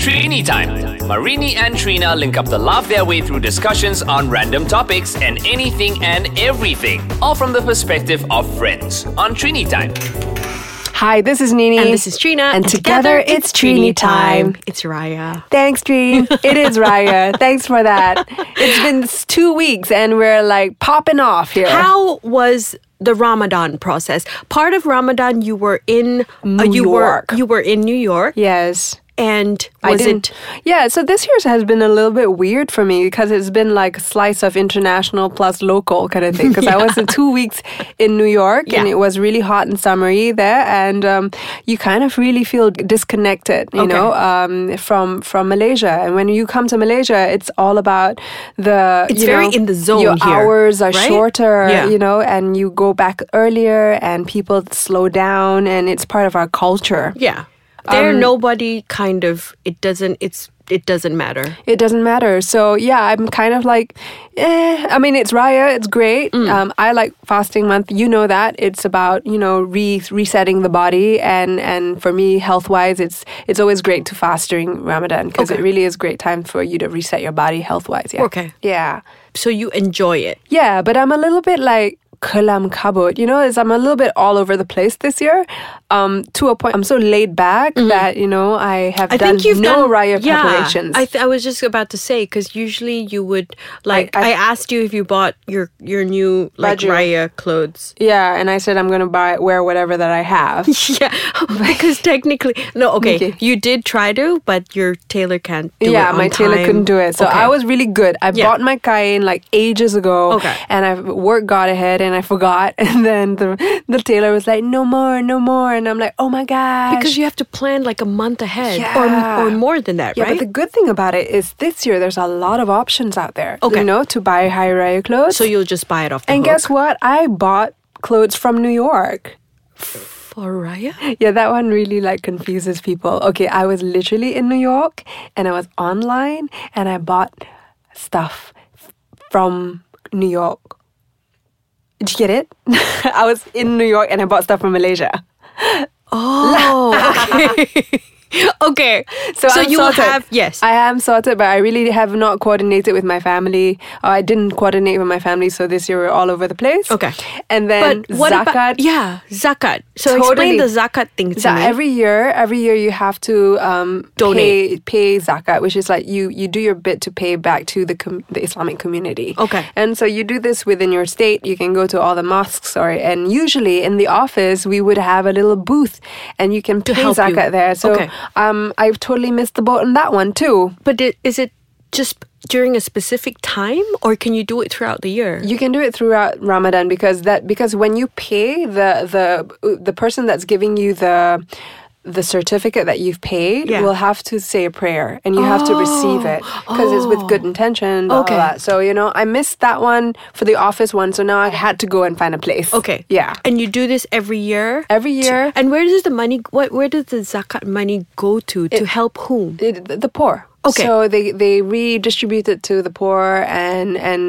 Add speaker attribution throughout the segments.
Speaker 1: Trini Time. Marini and Trina link up to laugh their way through discussions on random topics and anything and everything, all from the perspective of friends on Trini Time.
Speaker 2: Hi, this is Nini.
Speaker 3: And this is Trina.
Speaker 2: And, together, it's Trini time.
Speaker 3: It's Raya.
Speaker 2: Thanks, Tree. It is Raya. Thanks for that. It's been s- two weeks and we're like popping off here.
Speaker 3: How was the Ramadan process? Part of Ramadan, you were in uh,
Speaker 2: New
Speaker 3: you
Speaker 2: York.
Speaker 3: Were, you were in New York,
Speaker 2: Yes.
Speaker 3: and
Speaker 2: I
Speaker 3: was
Speaker 2: didn't-
Speaker 3: it?
Speaker 2: Yeah, so this year's has been a little bit weird for me because it's been like a slice of international plus local kind of thing. Because I was in two weeks in New York and
Speaker 3: Yeah.
Speaker 2: it was really hot and summery there, and um, you kind of really feel disconnected, you
Speaker 3: Okay.
Speaker 2: know, um, from from Malaysia. And when you come to Malaysia, it's all about the.
Speaker 3: It's
Speaker 2: you
Speaker 3: very
Speaker 2: know,
Speaker 3: in the zone
Speaker 2: Your
Speaker 3: here,
Speaker 2: hours are
Speaker 3: right?
Speaker 2: shorter,
Speaker 3: Yeah.
Speaker 2: you know, and you go back earlier, and people slow down, and it's part of our culture.
Speaker 3: Yeah, there nobody kind of it doesn't it's it doesn't matter.
Speaker 2: it doesn't matter. So yeah, I'm kind of like, eh. I mean, it's Raya, it's great.
Speaker 3: Mm.
Speaker 2: Um, I like fasting month. You know that it's about you know re- resetting the body, and and for me, health wise, it's it's always great to fast during Ramadan because it
Speaker 3: Okay.
Speaker 2: really is great time for you to reset your body health wise. Yeah.
Speaker 3: Okay.
Speaker 2: Yeah.
Speaker 3: So you enjoy it.
Speaker 2: Yeah, but I'm a little bit like Kalam Kabut. You know, is I'm a little bit all over the place this year. Um, to a point, I'm so laid back that you know I have
Speaker 3: Mm-hmm. I
Speaker 2: done
Speaker 3: think you've
Speaker 2: no
Speaker 3: done
Speaker 2: Raya
Speaker 3: yeah,
Speaker 2: preparations.
Speaker 3: I, th- I was just about to say because usually you would like
Speaker 2: I-
Speaker 3: I, asked you if you bought your your new like
Speaker 2: Baju.
Speaker 3: Raya clothes.
Speaker 2: Yeah, and I said I'm gonna buy wear whatever that I have.
Speaker 3: Yeah, because technically, no. Okay,
Speaker 2: Okay.
Speaker 3: you did try to, but your tailor can't. do it
Speaker 2: yeah,
Speaker 3: on
Speaker 2: my tailor
Speaker 3: time.
Speaker 2: couldn't do it, so
Speaker 3: Okay.
Speaker 2: I was really good. I
Speaker 3: Yeah.
Speaker 2: bought my Cayenne like ages ago,
Speaker 3: Okay.
Speaker 2: and I work got ahead, and I forgot, and then the the tailor was like, "No more, no more," and I'm like, "Oh my gosh!"
Speaker 3: because you have to plan like a month ahead
Speaker 2: Yeah.
Speaker 3: or or more than that,
Speaker 2: Yeah,
Speaker 3: right?
Speaker 2: but the good thing about it is this year there's a lot of options out there.
Speaker 3: Okay.
Speaker 2: you know, to buy high raya clothes.
Speaker 3: so you'll just buy it off. The
Speaker 2: and
Speaker 3: hook.
Speaker 2: guess what? I bought clothes from New York.
Speaker 3: for Raya,
Speaker 2: Yeah, that one really like confuses people. Okay, I was literally in New York and I was online and I bought stuff f- from New York. Did you get it? I was in New York and I bought stuff from Malaysia.
Speaker 3: okay.
Speaker 2: So, I'm
Speaker 3: you
Speaker 2: sorted.
Speaker 3: have yes.
Speaker 2: I am sorted, but I really have not coordinated with my family. Or I didn't coordinate with my family, so this year we're all over the place.
Speaker 3: Okay.
Speaker 2: and then
Speaker 3: but what
Speaker 2: zakat.
Speaker 3: about yeah zakat? So explain the
Speaker 2: Totally.
Speaker 3: zakat thing to
Speaker 2: So
Speaker 3: me.
Speaker 2: every year, every year you have to um,
Speaker 3: Donate.
Speaker 2: pay, pay zakat, which is like you you do your bit to pay back to the com- the Islamic community.
Speaker 3: Okay.
Speaker 2: and so you do this within your state. You can go to all the mosques, or and usually in the office we would have a little booth, and you can pay
Speaker 3: help you.
Speaker 2: zakat there. So
Speaker 3: Okay.
Speaker 2: um, I've totally missed the boat on that one too.
Speaker 3: but i- is it just during a specific time, or can you do it throughout the year?
Speaker 2: You can do it throughout Ramadan because that because when you pay the the the person that's giving you the the certificate that you've paid
Speaker 3: Yeah. Oh.
Speaker 2: will have to say a prayer and you have to receive it because it's with good intention. Blah, okay.
Speaker 3: Okay.
Speaker 2: Blah, blah. So you know, I missed that one for the office one, so now I had to go and find a place.
Speaker 3: Okay.
Speaker 2: Yeah.
Speaker 3: And you do this every year.
Speaker 2: Every year,
Speaker 3: And where does the money? What? Where does the zakat money go to? to help whom?
Speaker 2: it, the poor.
Speaker 3: Okay.
Speaker 2: So they, they redistribute it to the poor, and and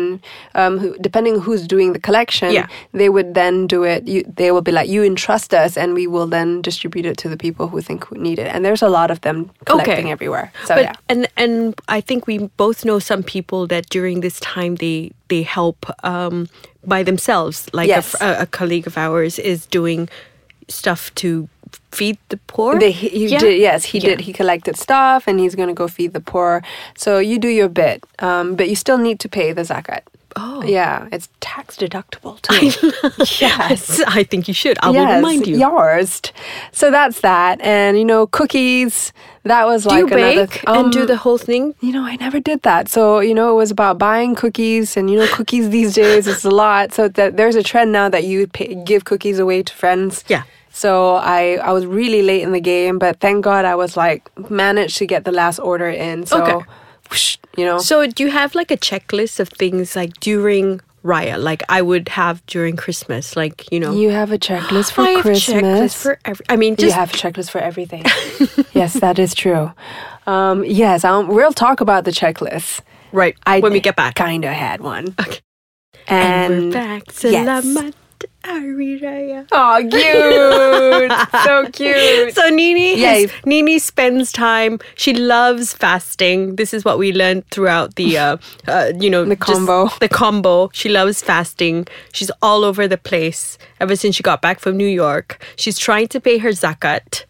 Speaker 2: um, who, depending who's doing the collection,
Speaker 3: Yeah.
Speaker 2: they would then do it. You, they will be like, you entrust us, and we will then distribute it to the people who think who need it. And there's a lot of them collecting
Speaker 3: Okay.
Speaker 2: everywhere. So
Speaker 3: but
Speaker 2: yeah.
Speaker 3: and and I think we both know some people that during this time they they help um, by themselves. Like a fr-
Speaker 2: Yes.
Speaker 3: a, a colleague of ours is doing stuff to feed the poor.
Speaker 2: They, he, he
Speaker 3: Yeah.
Speaker 2: did, yes, he
Speaker 3: Yeah.
Speaker 2: did. He collected stuff, and he's going to go feed the poor. So you do your bit, um, but you still need to pay the zakat. Oh, yeah, it's tax deductible too. yes,
Speaker 3: I think you should. I will remind you.
Speaker 2: Yours. So that's that. And you know, cookies. That was
Speaker 3: Do
Speaker 2: like
Speaker 3: you
Speaker 2: another
Speaker 3: bake
Speaker 2: th-
Speaker 3: and do
Speaker 2: um,
Speaker 3: the whole thing?
Speaker 2: You know, I never did that. So you know, it was about buying cookies, and you know, cookies these days is a lot. So that there's a trend now that you pay, give cookies away to friends.
Speaker 3: Yeah.
Speaker 2: So I I was really late in the game, but thank God I was like managed to get the last order in. So,
Speaker 3: Okay.
Speaker 2: whoosh, you know,
Speaker 3: So do you have like a checklist of things like during Raya, like I would have during Christmas, like you know.
Speaker 2: you have a checklist for
Speaker 3: I have
Speaker 2: Christmas.
Speaker 3: checklist for every. I mean, just
Speaker 2: you have a checklist for everything. yes, that is true. Um, yes, um, we'll talk about the checklist.
Speaker 3: right when we get back.
Speaker 2: kind of had one.
Speaker 3: Okay.
Speaker 2: And,
Speaker 3: and we're back. Salamat Ariraya.
Speaker 2: Oh, cute. so cute.
Speaker 3: So Nini,
Speaker 2: Yes.
Speaker 3: has- Nini spends time. She loves fasting. This is what we learned throughout the, uh, uh, you know,
Speaker 2: The
Speaker 3: just
Speaker 2: combo.
Speaker 3: The combo. She loves fasting. She's all over the place ever since she got back from New York. She's trying to pay her zakat.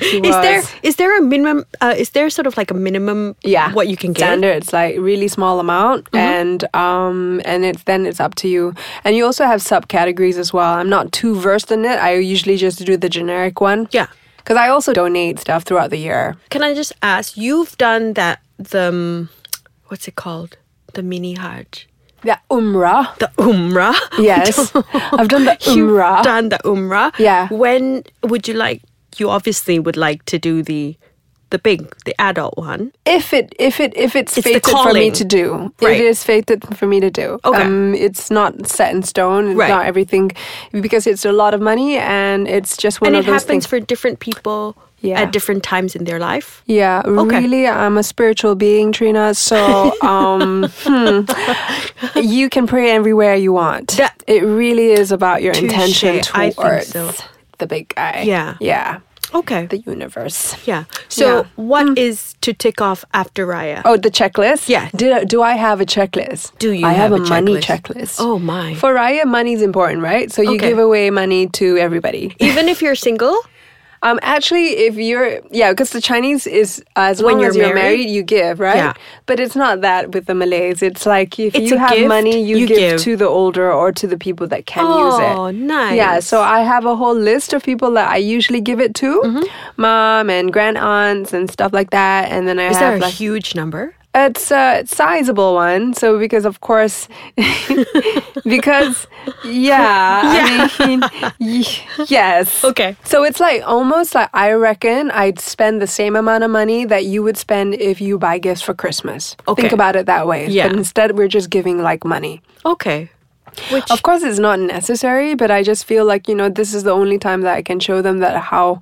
Speaker 3: is there
Speaker 2: was.
Speaker 3: is there a minimum? Uh, is there sort of like a minimum?
Speaker 2: yeah
Speaker 3: what you can get. Mm-hmm.
Speaker 2: standards like really small amount and um and it's then it's up to you and you also have subcategories as well i'm not too versed in it i usually just do the generic one
Speaker 3: Yeah.
Speaker 2: because i also donate stuff throughout the year
Speaker 3: Can I just ask? You've done that. The um, what's it called? The mini Hajj.
Speaker 2: the umrah
Speaker 3: The Umrah.
Speaker 2: yes i've done the
Speaker 3: You've
Speaker 2: umrah
Speaker 3: done the umrah.
Speaker 2: Yeah.
Speaker 3: When would you like? You obviously would like to do the the big, the adult one.
Speaker 2: if it if it if it's,
Speaker 3: It's the
Speaker 2: fated for me
Speaker 3: calling.
Speaker 2: to do
Speaker 3: Right.
Speaker 2: it is fated for me to do
Speaker 3: Okay.
Speaker 2: um it's not set in stone it's
Speaker 3: Right.
Speaker 2: not everything because it's a lot of money and it's just one
Speaker 3: And
Speaker 2: of
Speaker 3: it
Speaker 2: those
Speaker 3: happens
Speaker 2: things
Speaker 3: for different people
Speaker 2: Yeah.
Speaker 3: at different times in their life.
Speaker 2: Yeah,
Speaker 3: Okay.
Speaker 2: really, I'm a spiritual being, Trina. So um, hmm, you can pray everywhere you want.
Speaker 3: That-
Speaker 2: it really is about your intention
Speaker 3: Touche, I think
Speaker 2: towards
Speaker 3: so.
Speaker 2: the big guy.
Speaker 3: Yeah.
Speaker 2: yeah,
Speaker 3: Okay.
Speaker 2: the universe.
Speaker 3: yeah. So
Speaker 2: Yeah. Mm.
Speaker 3: what is to tick off after Raya?
Speaker 2: Oh, the checklist.
Speaker 3: Yeah.
Speaker 2: Do, do I have a checklist?
Speaker 3: Do you
Speaker 2: I have,
Speaker 3: have
Speaker 2: a,
Speaker 3: a
Speaker 2: money
Speaker 3: checklist?
Speaker 2: checklist?
Speaker 3: Oh, my.
Speaker 2: For Raya, money's important, right? So you
Speaker 3: Okay.
Speaker 2: give away money to everybody.
Speaker 3: Even if you're single,
Speaker 2: Um, actually, if you're yeah, because the Chinese is as long
Speaker 3: When you're
Speaker 2: as you're married,
Speaker 3: married?
Speaker 2: you give right.
Speaker 3: Yeah.
Speaker 2: But it's not that with the Malays. It's like if
Speaker 3: It's
Speaker 2: you
Speaker 3: a
Speaker 2: have
Speaker 3: gift,
Speaker 2: money, you,
Speaker 3: you
Speaker 2: give,
Speaker 3: give.
Speaker 2: to the older or to the people that can use it.
Speaker 3: Oh, nice.
Speaker 2: Yeah. So I have a whole list of people that I usually give it to,
Speaker 3: Mm-hmm.
Speaker 2: mom and grand aunts and stuff like that. And then I
Speaker 3: is
Speaker 2: have
Speaker 3: there a
Speaker 2: like
Speaker 3: huge number?
Speaker 2: it's a sizable one. So because of course, because yeah, I mean, y- yes.
Speaker 3: Okay.
Speaker 2: So it's like almost like I reckon I'd spend the same amount of money that you would spend if you buy gifts for Christmas. Think
Speaker 3: Okay.
Speaker 2: about it that way.
Speaker 3: Yeah.
Speaker 2: But instead, we're just giving like money.
Speaker 3: Okay. Which
Speaker 2: Of course, it's not necessary, but I just feel like you know this is the only time that I can show them that how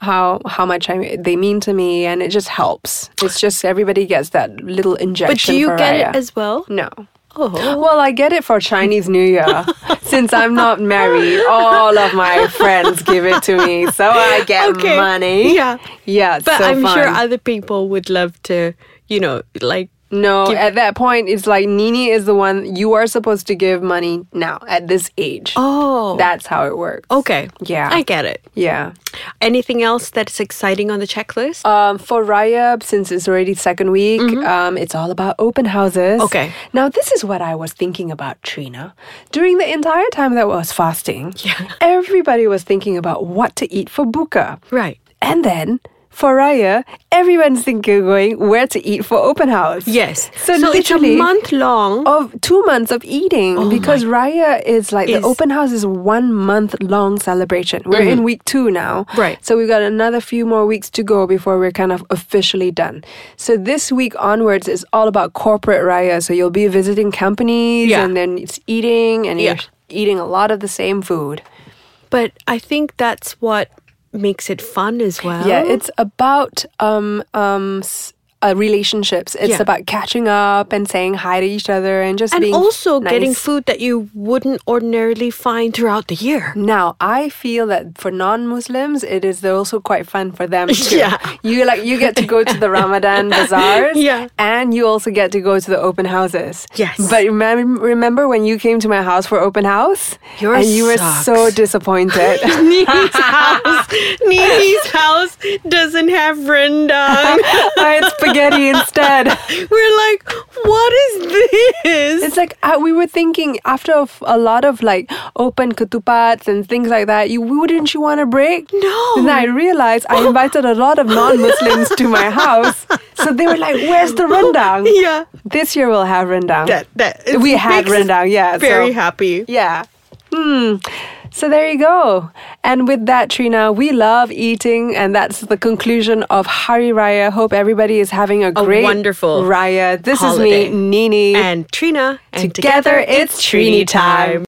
Speaker 2: how how much I, they mean to me, and it just helps. It's just everybody gets that little
Speaker 3: but
Speaker 2: injection.
Speaker 3: do you
Speaker 2: for
Speaker 3: get
Speaker 2: Raya. Mm.
Speaker 3: it as well?
Speaker 2: No.
Speaker 3: Oh.
Speaker 2: Well, I get it for Chinese New Year. Since I'm not married, all of my friends give it to me, so I get
Speaker 3: Okay.
Speaker 2: money.
Speaker 3: Yeah.
Speaker 2: yeah. it's
Speaker 3: But
Speaker 2: so
Speaker 3: I'm sure
Speaker 2: fun.
Speaker 3: other people would love to, you know, like
Speaker 2: No,
Speaker 3: Give-
Speaker 2: at that point, it's like Nini is the one you are supposed to give money now at this age.
Speaker 3: Oh.
Speaker 2: That's how it works.
Speaker 3: okay.
Speaker 2: Yeah.
Speaker 3: I get it.
Speaker 2: Yeah.
Speaker 3: Anything else that's exciting on the checklist?
Speaker 2: Um, for Raya, since it's already second week, um, it's all about open houses.
Speaker 3: Mm-hmm. Okay.
Speaker 2: Now, this is what I was thinking about, Trina. During the entire time that I was fasting, everybody was thinking about what to eat for buka.
Speaker 3: right.
Speaker 2: And then for Raya, everyone's thinking going where to eat for open house.
Speaker 3: Yes.
Speaker 2: So,
Speaker 3: it's a
Speaker 2: literally- Oh.
Speaker 3: month long.
Speaker 2: Of two months of eating because Raya is like
Speaker 3: Oh Is- Mm-hmm.
Speaker 2: the open house is one month long celebration. We're in week two now.
Speaker 3: Right.
Speaker 2: So we've got another few more weeks to go before we're kind of officially done. So this week onwards is all about corporate Raya. So you'll be visiting companies
Speaker 3: Yeah.
Speaker 2: and then it's eating and
Speaker 3: Yeah.
Speaker 2: you're eating a lot of the same food.
Speaker 3: But I think that's what makes it fun as well.
Speaker 2: Yeah, it's about um um s- uh, relationships. It's
Speaker 3: Yeah.
Speaker 2: about catching up and saying hi to each other and just
Speaker 3: and
Speaker 2: being
Speaker 3: also getting
Speaker 2: nice.
Speaker 3: food that you wouldn't ordinarily find throughout the year.
Speaker 2: Now I feel that for non-Muslims, it is also quite fun for them too.
Speaker 3: Yeah.
Speaker 2: You like you get to go to the Ramadan bazaars,
Speaker 3: Yeah.
Speaker 2: and you also get to go to the open houses.
Speaker 3: Yes.
Speaker 2: But remem- remember when you came to my house for open house,
Speaker 3: Your
Speaker 2: and you were
Speaker 3: sucks.
Speaker 2: so disappointed.
Speaker 3: Nini's house, Nini's house doesn't have rendang.
Speaker 2: I had spaghetti instead.
Speaker 3: We're like, what is this?
Speaker 2: It's like uh, we were thinking after a, f- a lot of like open katupats and things like that. You wouldn't you want a break?
Speaker 3: No.
Speaker 2: And I realized I invited a lot of non-Muslims to my house, so they were like, "Where's the rendang?"
Speaker 3: Yeah.
Speaker 2: This year we'll have rendang.
Speaker 3: that that it
Speaker 2: we had
Speaker 3: makes us
Speaker 2: rendang. Yeah.
Speaker 3: Very
Speaker 2: so,
Speaker 3: happy.
Speaker 2: Yeah. Hmm. So there you go. And with that, Trina, we love eating, and that's the conclusion of Hari Raya. Hope everybody is having a, great
Speaker 3: wonderful
Speaker 2: Raya. This
Speaker 3: holiday.
Speaker 2: is me, Nini
Speaker 3: And Trina, and
Speaker 2: together, it's Trini time.